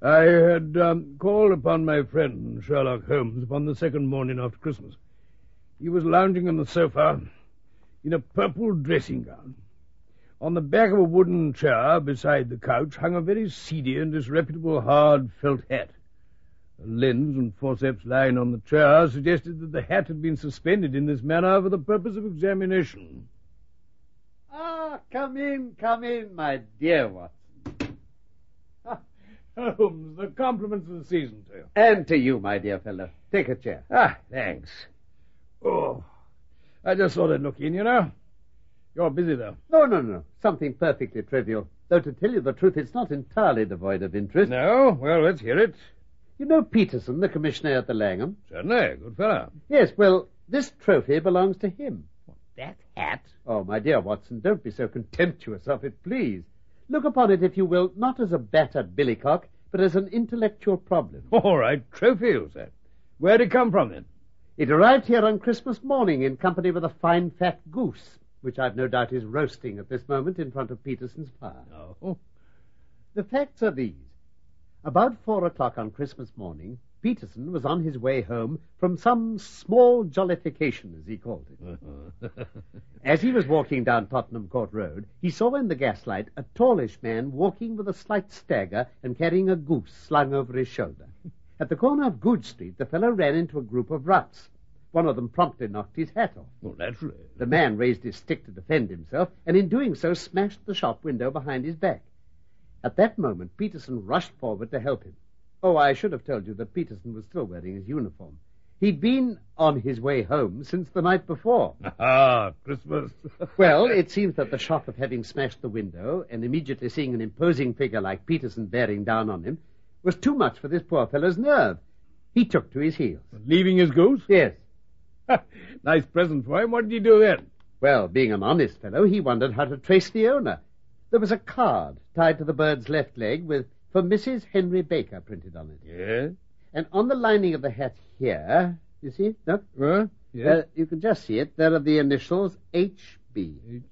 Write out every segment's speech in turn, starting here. I had um, called upon my friend Sherlock Holmes upon the second morning after Christmas. He was lounging on the sofa in a purple dressing gown. On the back of a wooden chair beside the couch hung a very seedy and disreputable hard felt hat. A lens and forceps lying on the chair suggested that the hat had been suspended in this manner for the purpose of examination. Ah, come in, come in, my dear Watson. Holmes, the compliments of the season to you. And to you, my dear fellow. Take a chair. Ah, thanks. Oh, I just thought I'd look in, you know. You're busy, though. No, no, no. Something perfectly trivial. Though to tell you the truth, it's not entirely devoid of interest. No? Well, let's hear it. You know Peterson, the commissioner at the Langham? Certainly. Good fellow. Yes, well, this trophy belongs to him. That hat? Oh, my dear Watson, don't be so contemptuous of it, please. Look upon it, if you will, not as a battered billycock, but as an intellectual problem. All right. Trophy, you said. Where'd it come from, then? It arrived here on Christmas morning in company with a fine fat goose, which I've no doubt is roasting at this moment in front of Peterson's fire. No. The facts are these. About four o'clock on Christmas morning, Peterson was on his way home from some small jollification, as he called it. As he was walking down Tottenham Court Road, he saw in the gaslight a tallish man walking with a slight stagger and carrying a goose slung over his shoulder. At the corner of Goodge Street, the fellow ran into a group of routs. One of them promptly knocked his hat off. Well, naturally. The man raised his stick to defend himself, and in doing so smashed the shop window behind his back. At that moment, Peterson rushed forward to help him. Oh, I should have told you that Peterson was still wearing his uniform. He'd been on his way home since the night before. Ah, Christmas. Well, it seems that the shock of having smashed the window and immediately seeing an imposing figure like Peterson bearing down on him was too much for this poor fellow's nerve. He took to his heels. Leaving his goose? Yes. nice present for him. What did he do then? Well, being an honest fellow, he wondered how to trace the owner. There was a card tied to the bird's left leg with for Mrs. Henry Baker printed on it. Yes. And on the lining of the hat here, you see it? No? Huh? Uh, you can just see it. There are the initials HB.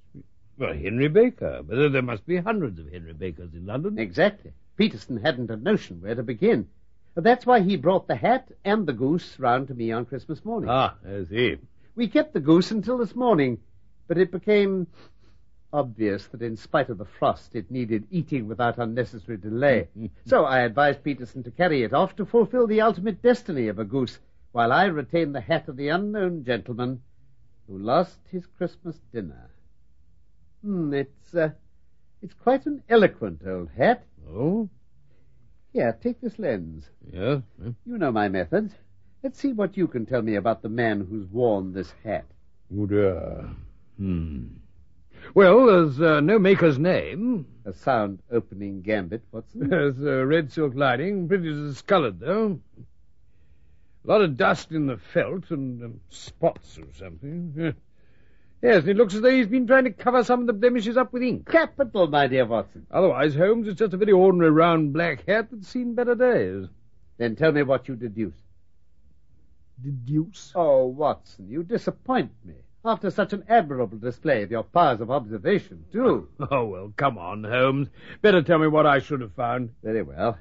well, Henry Baker. But there- there must be hundreds of Henry Bakers in London. Exactly. Peterson hadn't a notion where to begin. That's why he brought the hat and the goose round to me on Christmas morning. Ah, I see. We kept the goose until this morning, but it became obvious that in spite of the frost, it needed eating without unnecessary delay. so I advised Peterson to carry it off to fulfill the ultimate destiny of a goose, while I retained the hat of the unknown gentleman who lost his Christmas dinner. Hmm, it's, uh, it's quite an eloquent old hat. Oh? Here, take this lens. Yes. eh. You know my methods. Let's see what you can tell me about the man who's worn this hat. Oh, dear. Hmm. Well, there's uh, no maker's name. A sound opening gambit, Watson. There's a red silk lining, pretty discolored, though. A lot of dust in the felt and um, spots of something. Yeah. Yes, and it looks as though he's been trying to cover some of the blemishes up with ink. Capital, my dear Watson. Otherwise, Holmes, it's just a very ordinary round black hat that's seen better days. Then tell me what you deduce. Deduce? Oh, Watson, you disappoint me. After such an admirable display of your powers of observation, too. Oh, well, come on, Holmes. Better tell me what I should have found. Very well.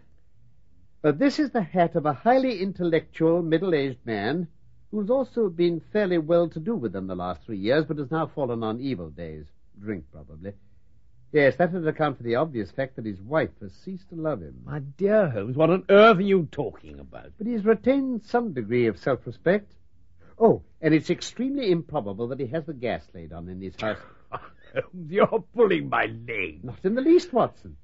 But this is the hat of a highly intellectual, middle-aged man who's also been fairly well-to-do within the last three years, but has now fallen on evil days. Drink, probably. Yes, that would account for the obvious fact that his wife has ceased to love him. My dear Holmes, what on earth are you talking about? but he's retained some degree of self-respect. Oh, and it's extremely improbable that he has the gas laid on in his house. Holmes, you're pulling my leg. Not in the least, Watson.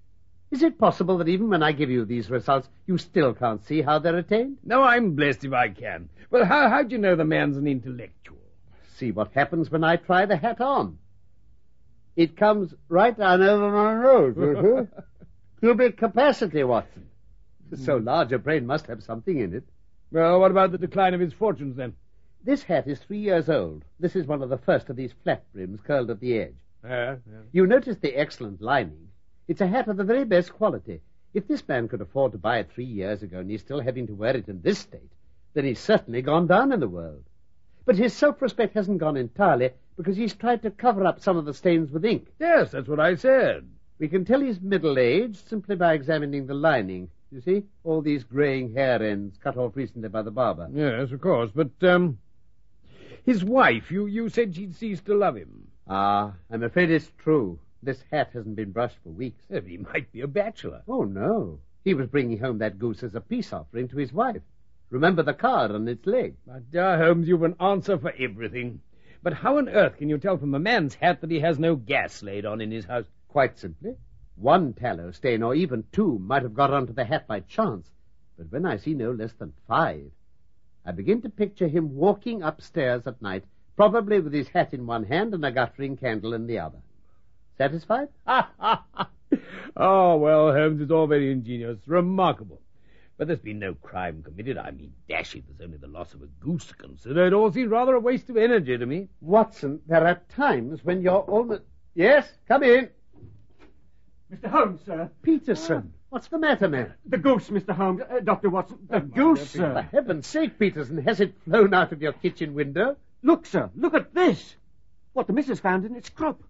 Is it possible that even when I give you these results, you still can't see how they're attained? No, I'm blessed if I can. Well, how, how do you know the man's an intellectual? See what happens when I try the hat on. It comes right down over my nose. uh-huh. Cubic capacity, Watson. So large a brain must have something in it. Well, what about the decline of his fortunes, then? This hat is three years old. This is one of the first of these flat brims curled at the edge. Yeah, You notice the excellent lining. It's a hat of the very best quality. If this man could afford to buy it three years ago and he's still having to wear it in this state, then he's certainly gone down in the world. But his self-respect hasn't gone entirely because he's tried to cover up some of the stains with ink. Yes, that's what I said. We can tell he's middle-aged simply by examining the lining. You see? All these graying hair ends cut off recently by the barber. Yes, of course. But um, his wife, you you said she'd ceased to love him. Ah, I'm afraid it's true. This hat hasn't been brushed for weeks. Well, he might be a bachelor. Oh, no. He was bringing home that goose as a peace offering to his wife. Remember the card on its leg. My dear uh, Holmes, you've an answer for everything. But how on earth can you tell from a man's hat that he has no gas laid on in his house? Quite simply. One tallow stain, or even two, might have got onto the hat by chance. But when I see no less than five, I begin to picture him walking upstairs at night, probably with his hat in one hand and a guttering candle in the other. Satisfied? oh, well, Holmes, it's all very ingenious. Remarkable. But there's been no crime committed. I mean, dash it, there's only the loss of a goose considered. It all seems rather a waste of energy to me. Watson, there are times when you're almost. Yes, come in. Mr. Holmes, sir. Peterson. Ah, What's the matter, man? The goose, Mr. Holmes. Uh, Dr. Watson, the goose, For sir. heaven's sake, Peterson, has it flown out of your kitchen window? Look, sir, look at this. What the missus found in its crop.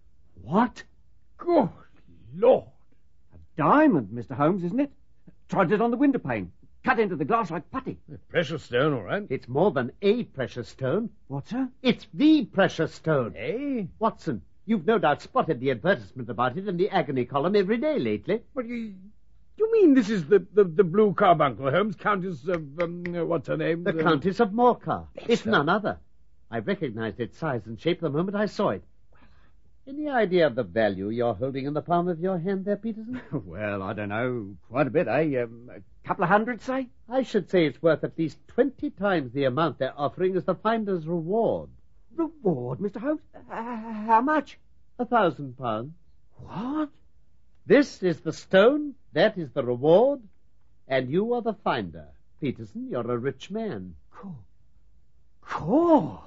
What? Good Lord. A diamond, Mr. Holmes, isn't it? Trod it on the window pane. Cut into the glass like putty. Precious stone, all right. It's more than a precious stone. What, sir? It's the precious stone. Eh? Watson, you've no doubt spotted the advertisement about it in the agony column every day lately. What you... You mean this is the, the, the blue carbuncle, Holmes, Countess of, um, uh, what's her name? The Countess of Morcar. It's none other. I recognized its size and shape the moment I saw it. Any idea of the value you're holding in the palm of your hand there, Peterson? Well, I don't know. Quite a bit, eh? Um, a couple of hundred, say? I should say it's worth at least twenty times the amount they're offering as the finder's reward. Reward, Mr. Holmes? Uh, how much? A thousand pounds. What? This is the stone, that is the reward, and you are the finder. Peterson, you're a rich man. Cool. Cool.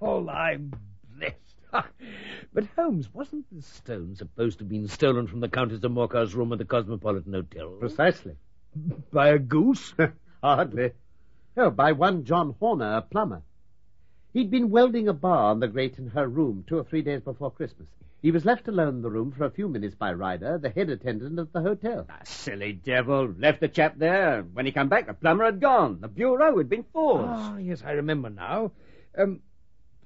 Well, I'm blessed. but Holmes, wasn't the stone supposed to have been stolen from the Countess of Morcar's room at the Cosmopolitan Hotel? Precisely. By a goose? Hardly. Oh, by one John Horner, a plumber. He'd been welding a bar on the grate in her room two or three days before Christmas. He was left alone in the room for a few minutes by Ryder, the head attendant of the hotel. Ah, The silly devil. Left the chap there. When he come back, the plumber had gone. The bureau had been forced. Ah, yes, I remember now. Um,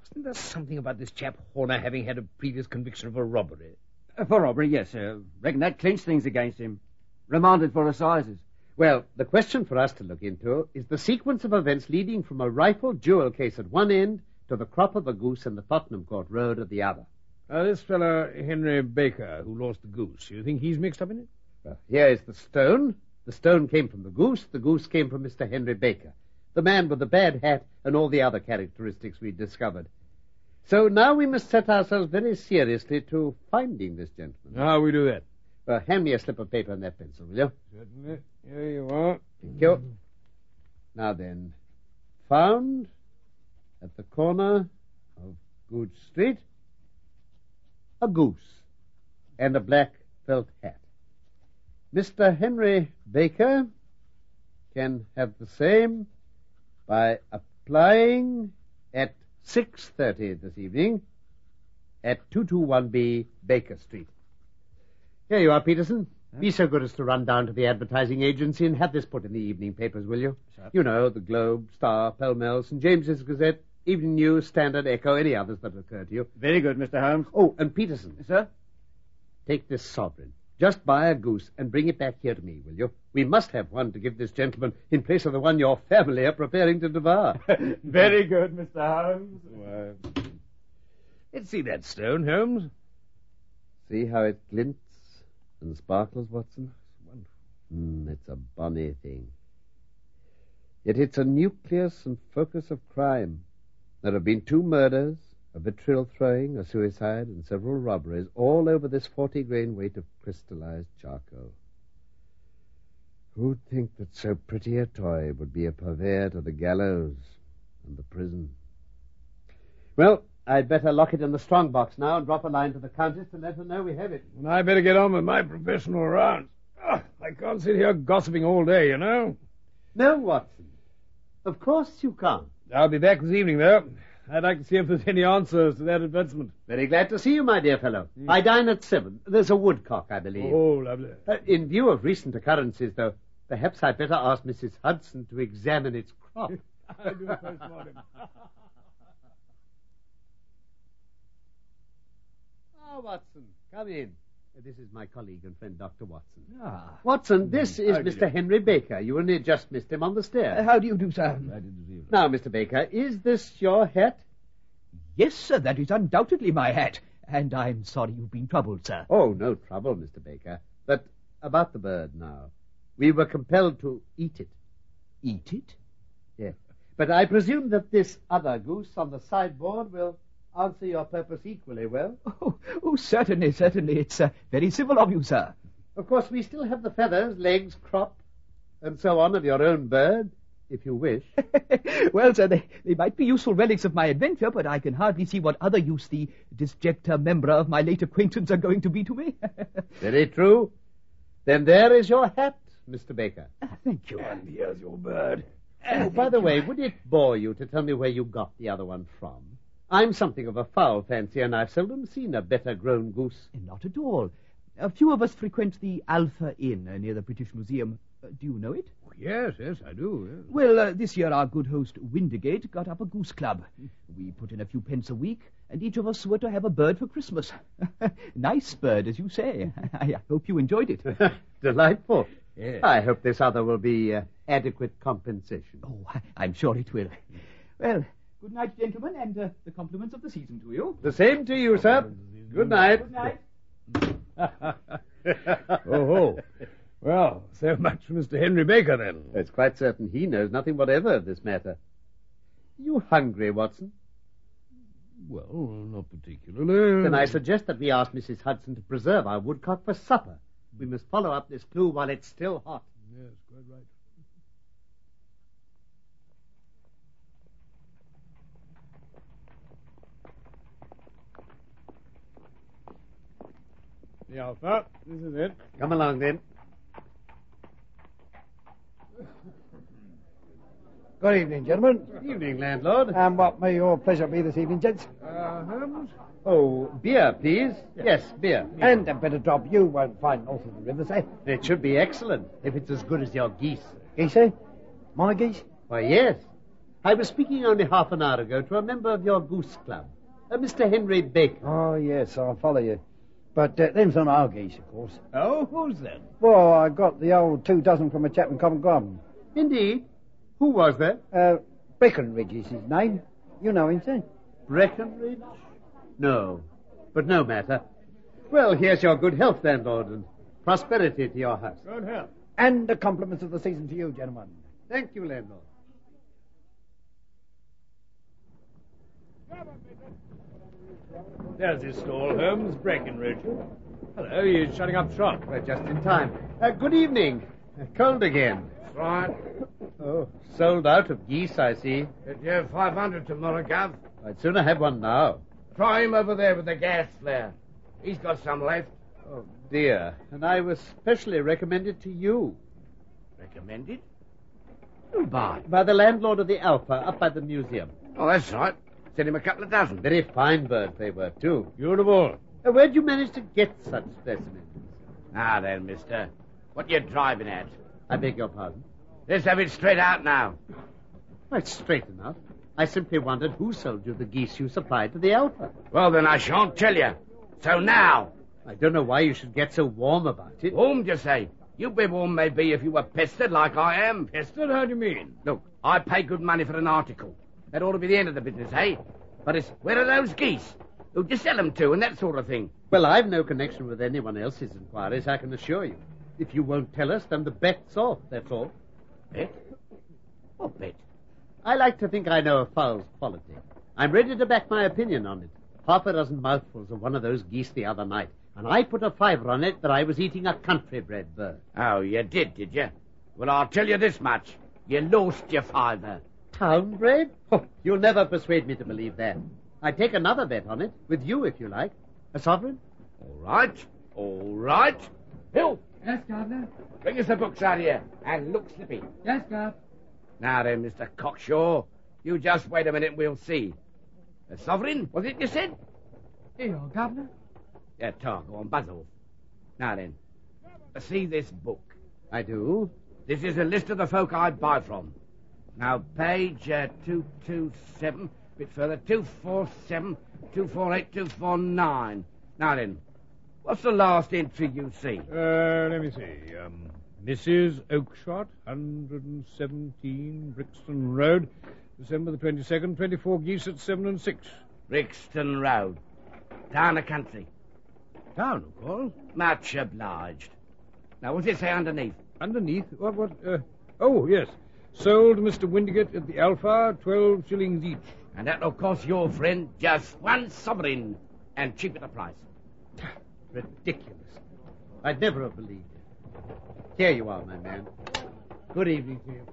wasn't there something about this chap Horner having had a previous conviction for robbery? Uh, For robbery, yes, sir. Reckon that clinched things against him. Remanded for assizes. Well, the question for us to look into is the sequence of events leading from a rifle jewel case at one end to the crop of a goose in the Tottenham Court Road at the other. Uh, this fellow, Henry Baker, who lost the goose, you think he's mixed up in it? Well, here is the stone. The stone came from the goose. The goose came from Mr. Henry Baker, the man with the bad hat and all the other characteristics we discovered. So now we must set ourselves very seriously to finding this gentleman. How we do that? Uh, hand me a slip of paper and that pencil, will you? Certainly. Here you are. Thank you. Now then, found at the corner of Good Street a goose and a black felt hat. Mr. Henry Baker can have the same by applying at 6.30 this evening at 221B Baker Street. Here you are, Peterson. Be so good as to run down to the advertising agency and have this put in the evening papers, will you? Sir. You know, the Globe, Star, Pall Mall, St. James's Gazette, Evening News, Standard, Echo, any others that occur to you. Very good, Mr. Holmes. Oh, and Peterson, Sir? take this sovereign. Just buy a goose and bring it back here to me, will you? We must have one to give this gentleman in place of the one your family are preparing to devour. Very good, Mr. Holmes. Let's see that stone, Holmes. See how it glints and sparkles, Watson? Mm, it's a bonny thing. Yet it's a nucleus and focus of crime. There have been two murders, a vitriol throwing, a suicide, and several robberies, all over this 40 grain weight of crystallized charcoal. Who'd think that so pretty a toy would be a purveyor to the gallows and the prison? Well, I'd better lock it in the strong box now and drop a line to the Countess to let her know we have it. And I better get on with my professional rounds. Ah, I can't sit here gossiping all day, you know. No, Watson. Of course you can't. I'll be back this evening, though. I'd like to see if there's any answers to that advertisement. Very glad to see you, my dear fellow. I dine at seven. There's a woodcock, I believe. Hmm. Oh, lovely. Uh, in view of recent occurrences, though, Perhaps I'd better ask Mrs. Hudson to examine its crop. I do postmortem. Ah, Watson, come in. Uh, This is my colleague and friend, Dr. Watson. Ah. Watson, this is How do you Mr. Henry Baker. You only just missed him on the Uh-huh. stairs. How do you do, sir? I didn't see Now, Mr. Baker, is this your hat? Yes, sir, that is undoubtedly my hat. And I'm sorry you've been troubled, sir. Oh, no trouble, Mr. Baker. But about the bird now. We were compelled to eat it. Eat it? Yes. But I presume that this other goose on the sideboard will answer your purpose equally well. Oh, oh certainly, certainly. It's uh, very civil of you, sir. Of course, we still have the feathers, legs, crop, and so on of your own bird, if you wish. well, sir, they, they might be useful relics of my adventure, but I can hardly see what other use the disjecta membra of my late acquaintance are going to be to me. Very true. Then there is your hat, Mr. Baker. Ah, Thank you. And here's your bird. Oh, by the way, would it bore you to tell me where you got the other one from? I'm something of a fowl fancier, and I've seldom seen a better grown goose. Eh, Not at all. A few of us frequent the Alpha Inn uh, near the British Museum. Uh, do you know it? Yes, yes, I do. yes. Well, uh, this year our good host Windigate got up a goose club. We put in a few pence a week, and each of us were to have a bird for Christmas. nice bird, as you say. I I hope you enjoyed it. Delightful. Yes. I hope this other will be uh, adequate compensation. oh, I- I'm sure it will. Well, good night, gentlemen, and uh, the compliments of the season to you. The same to you, sir. Good night. Good night. Oh, ho. Well, so much for Mr. Henry Baker, then. It's quite certain he knows nothing whatever of this matter. You hungry, Watson? Well, not particularly. Then I suggest that we ask Mrs. Hudson to preserve our woodcock for supper. We must follow up this clue while it's still hot. Yes, quite right. The Alpha. This is it. Come along, then. Good evening, gentlemen. Um, Evening, landlord. And what may your pleasure be this evening, gents? Uh, Holmes? Oh, beer, please. Yes, beer. And a better drop you won't find north of the river, say. It should be excellent if it's as good as your geese. Geese, eh? My geese? Why, yes. I was speaking only half an hour ago to a member of your goose club, a Mr. Henry Baker. Oh, yes, I'll follow you. But uh, them's not our geese, of course. Oh, who's that? Well, I got the old two dozen from a chap in Covent Garden. Indeed. Who was that? Uh, Breckenridge is his name. You know him, sir. Breckenridge? No. But no matter. Well, here's your good health, landlord, and prosperity to your house. Good help. And the compliments of the season to you, gentlemen. Thank you, landlord. There's his stall, Holmes. Breckenridge. Hello, he's shutting up shop. We're just in time. Uh, good evening. Uh, Cold again. Right. Oh, sold out of geese, I see. Get you 500 tomorrow, Gov. I'd sooner have one now. Try him over there with the gas flare. He's got some left. Oh, dear. And I was specially recommended to you Recommended? Oh, Who buy? by the landlord of the Alpha up by the museum. Oh, that's right. Send him a couple of dozen. Very fine birds they were, too. Beautiful. Uh, where'd you manage to get such specimens? Now Ah, then, mister. What you driving at? I beg your pardon. Let's have it straight out now. Quite straight enough. I simply wondered who sold you the geese you supplied to the Alpha. Well, then, I shan't tell you. So now, I don't know why you should get so warm about it. warm, you say? You'd be warm, maybe, if you were pestered like I am. Esther, how do you mean? Look, I pay good money for an article. That ought to be the end of the business, eh? But it's, where are those geese? Who'd you sell them to and that sort of thing? Well, I've no connection with anyone else's inquiries, I can assure you. If you won't tell us, then the bet's off, that's all. Bet? What bet? I like to think I know a fowl's quality. I'm ready to back my opinion on it. Half a dozen mouthfuls of one of those geese the other night, and I put a fiver on it that I was eating a country bred bird. Oh, you did, did you? Well, I'll tell you this much. You lost your fiver. Town bred? Oh, you'll never persuade me to believe that. I'd take another bet on it, with you if you like. A sovereign? All right. All right. Bill, Yes, Governor. bring us the books out here and look slippy. Yes, Gov. Now then, Mr. Cockshaw, you just wait a minute and we'll see. A sovereign, was it you said? Here you are, Governor. Yeah, talk, go on, buzz off. Now then, see this book. I do. This is a list of the folk I buy from. Now, page uh, 227, bit further, 247, 248, 249. Now then, what's the last entry you see? Uh, let me see. Um, Mrs. Oakshot, 117 Brixton Road, December the 22nd, 24 geese at 7 and 6. Brixton Road. Down the country. Town, of course. Much obliged. Now, what's it say underneath? Underneath, what, what, uh, oh, yes. Sold Mr. Windigate at the Alpha, 12 shillings each. And that'll cost your friend just one sovereign and cheap at the price. Ridiculous. I'd never have believed it. Here you are, my man. Good evening to you.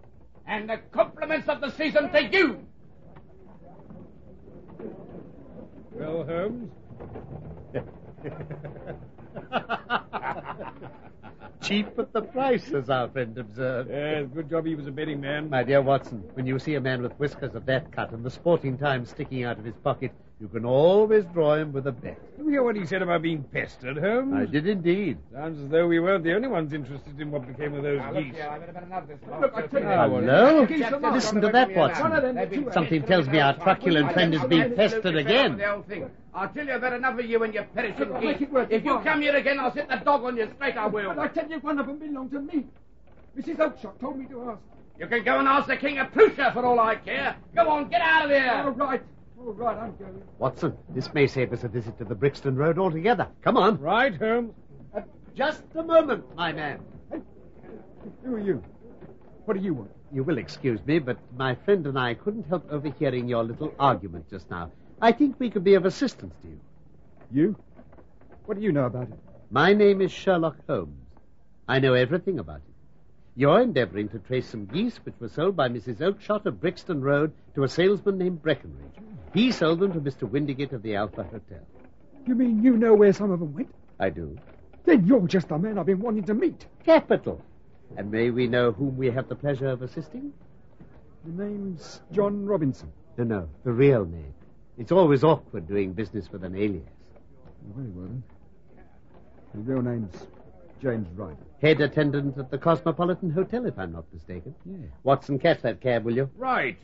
And the compliments of the season to you! Well, Holmes? Cheap at the price, as our friend observed. Yes, good job he was a betting man. My dear Watson, when you see a man with whiskers of that cut and the sporting time sticking out of his pocket, you can always draw him with a bet. Did you hear what he said about being pestered, Holmes? I did indeed. Sounds as though we weren't the only ones interested in what became of those geese. Look, I tell Ah, well, Hello? Keep them up. Listen to that, Watson. Something tells me our truculent friend is being pestered again. I'll tell you about enough of you and your perishing Look, make geese. it worth your If you while. come here again, I'll set the dog on you straight, I will. But I tell you, one of them belonged to me. Mrs. Oakshot told me to ask. You can go and ask the King of Prussia for all I care. Go on, get out of here. All right. All right, I'm going. Watson, this may save us a visit to the Brixton Road altogether. Come on. Right, Holmes? Just a moment, my man. Who are you? What do you want? You will excuse me, but my friend and I couldn't help overhearing your little argument just now. I think we could be of assistance to you. You? What do you know about it? My name is Sherlock Holmes. I know everything about it. You're endeavoring to trace some geese which were sold by Mrs. Oakshot of Brixton Road to a salesman named Breckenridge. He sold them to Mr. Windigate of the Alpha Hotel. You mean you know where some of them went? I do. Then you're just the man I've been wanting to meet. Capital. And may we know whom we have the pleasure of assisting? The name's John Robinson. No, no, the real name. It's always awkward doing business with an alias. Very well, then. His real name's James Ryder. Head attendant at the Cosmopolitan Hotel, if I'm not mistaken. Watson, catch that cab, will you? Right.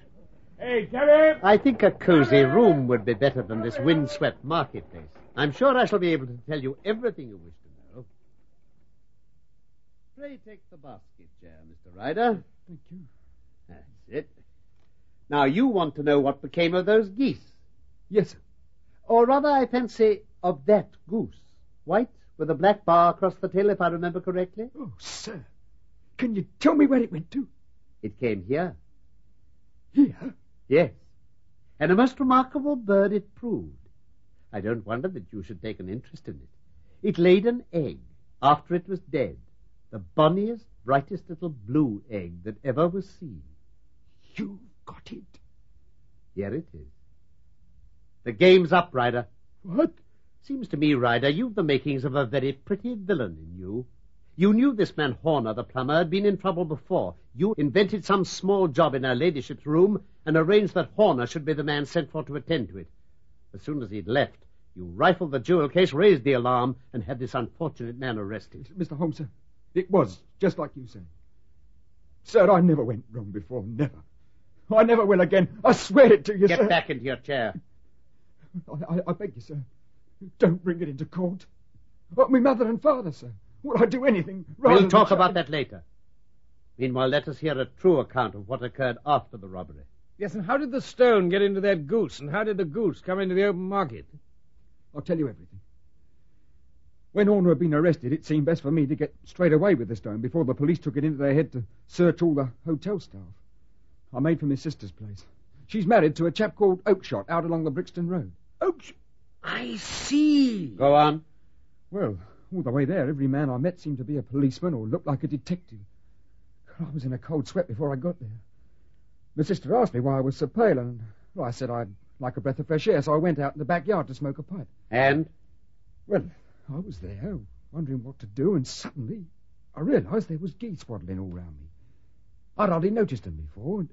Hey, Jerry! I think a cozy room would be better than this windswept marketplace. I'm sure I shall be able to tell you everything you wish to know. Pray take the basket chair, Mr. Ryder. Thank you. That's it. Now, you want to know what became of those geese. Yes, sir. Or rather, I fancy, of that goose. White, with a black bar across the tail, if I remember correctly. Oh, sir. Can you tell me where it went to? It came here. Here? Yes. And a most remarkable bird it proved. I don't wonder that you should take an interest in it. It laid an egg after it was dead. The bonniest, brightest little blue egg that ever was seen. You got it. Here it is. The game's up, Ryder. What? Seems to me, Ryder, you've the makings of a very pretty villain in you. You knew this man Horner, the plumber, had been in trouble before. You invented some small job in her ladyship's room and arranged that Horner should be the man sent for to attend to it. As soon as he'd left, you rifled the jewel case, raised the alarm, and had this unfortunate man arrested. Mr. Holmes, sir. It was, just like you say. Sir, I never went wrong before, never. I never will again. I swear it to you, sir. Get back into your chair. I, I, I beg you, sir. Don't bring it into court. Oh, my mother and father, sir. Would I do anything rather We'll than talk try- about that later. Meanwhile, let us hear a true account of what occurred after the robbery. Yes, and how did the stone get into that goose, and how did the goose come into the open market? I'll tell you everything. When Horner had been arrested, it seemed best for me to get straight away with the stone before the police took it into their head to search all the hotel staff. I made for my sister's place. She's married to a chap called Oakshot out along the Brixton Road. Oakshot. I see. Go on. Well, all the way there, every man I met seemed to be a policeman or looked like a detective. I was in a cold sweat before I got there. My sister asked me why I was so pale, and well, I said I'd like a breath of fresh air, so I went out in the backyard to smoke a pipe. And? Well, I was there, wondering what to do, and suddenly I realised there was geese waddling all round me. I'd hardly noticed them before, and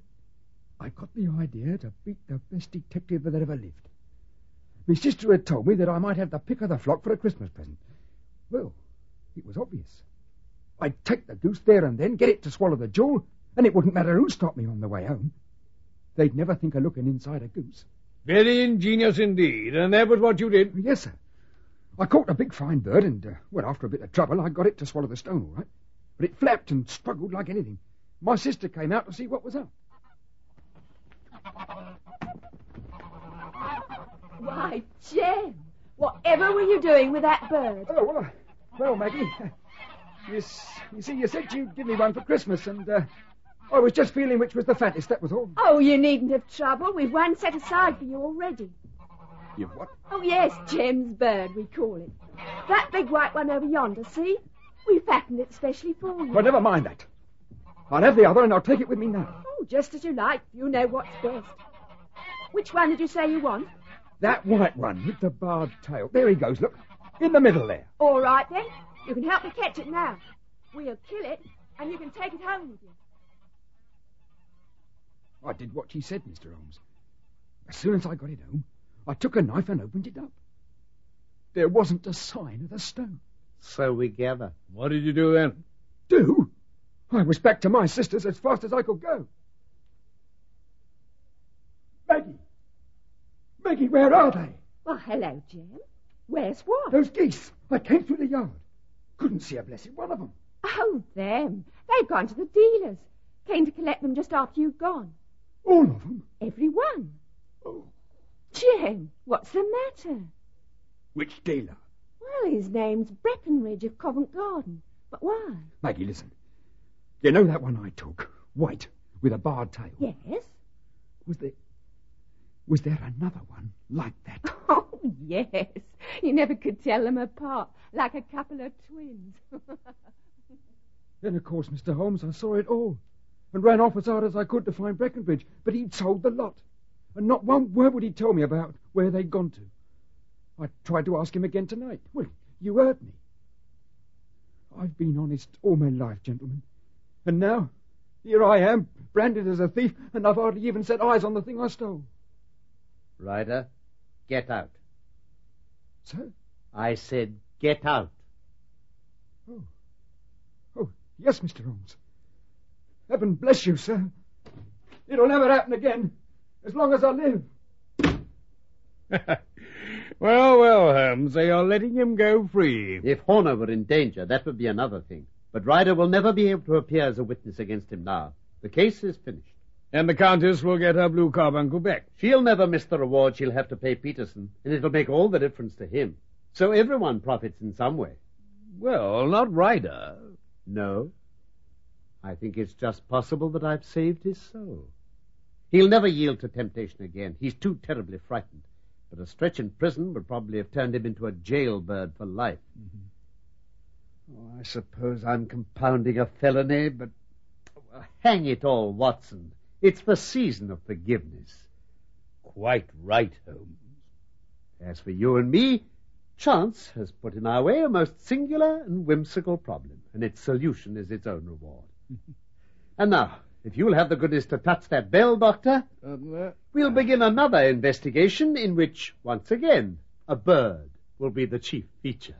I got the idea to beat the best detective that ever lived. My sister had told me that I might have the pick of the flock for a Christmas present. Well, it was obvious. I'd take the goose there and then, get it to swallow the jewel, and it wouldn't matter who stopped me on the way home. They'd never think of looking inside a goose. Very ingenious indeed, and that was what you did. Yes, sir. I caught a big fine bird, and, uh, well, after a bit of trouble, I got it to swallow the stone, all right. But it flapped and struggled like anything. My sister came out to see what was up. Why, Jem, whatever were you doing with that bird? Oh, well, uh, well, Maggie, you, s- you see, you said you'd give me one for Christmas, and uh, I was just feeling which was the fattest, that was all. Oh, you needn't have trouble. We've one set aside for you already. You've what? Oh, yes, Jem's bird, we call it. That big white one over yonder, see? We fattened it specially for you. But never mind that. I'll have the other, and I'll take it with me now. Oh, just as you like. You know what's best. Which one did you say you want? That white one with the barred tail. There he goes, look. In the middle there. All right, then. You can help me catch it now. We'll kill it, and you can take it home with you. I did what she said, Mr. Holmes. As soon as I got it home, I took a knife and opened it up. There wasn't a sign of the stone. So we gather. What did you do then? Do? I was back to my sister's as fast as I could go. Maggie! Maggie, where are they? Well, hello, Jem. Where's what? Those geese. I came through the yard. Couldn't see a blessed one of them. Oh, them. They've gone to the dealers. Came to collect them just after you'd gone. All of them. Every one. Jem, what's the matter? Which dealer? Well, his name's Breckenridge of Covent Garden. But why? Maggie, listen. You know that one I took? White, with a barred tail. Yes. Was there. Was there another one like that? Oh, yes. You never could tell them apart, like a couple of twins. Then, of course, Mr. Holmes, I saw it all, and ran off as hard as I could to find Breckenridge, but he'd sold the lot, and not one word would he tell me about where they'd gone to. I tried to ask him again tonight. Well, you heard me. I've been honest all my life, gentlemen, and now here I am, branded as a thief, and I've hardly even set eyes on the thing I stole. Ryder, get out. Sir? I said, get out. Oh, yes, Mr. Holmes. Heaven bless you, sir. It'll never happen again, as long as I live. well, well, Holmes, so you're letting him go free. If Horner were in danger, that would be another thing. But Ryder will never be able to appear as a witness against him now. The case is finished. And the Countess will get her blue carbuncle back. She'll never miss the reward she'll have to pay Peterson, and it'll make all the difference to him. So everyone profits in some way. Well, not Ryder. No. I think it's just possible that I've saved his soul. He'll never yield to temptation again. He's too terribly frightened. But a stretch in prison would probably have turned him into a jailbird for life. Oh, I suppose I'm compounding a felony, but well, hang it all, Watson. It's the season of forgiveness. Quite right, Holmes. As for you and me, chance has put in our way a most singular and whimsical problem, and its solution is its own reward. and now, if you'll have the goodness to touch that bell, Doctor, we'll begin another investigation in which, once again, a bird will be the chief feature.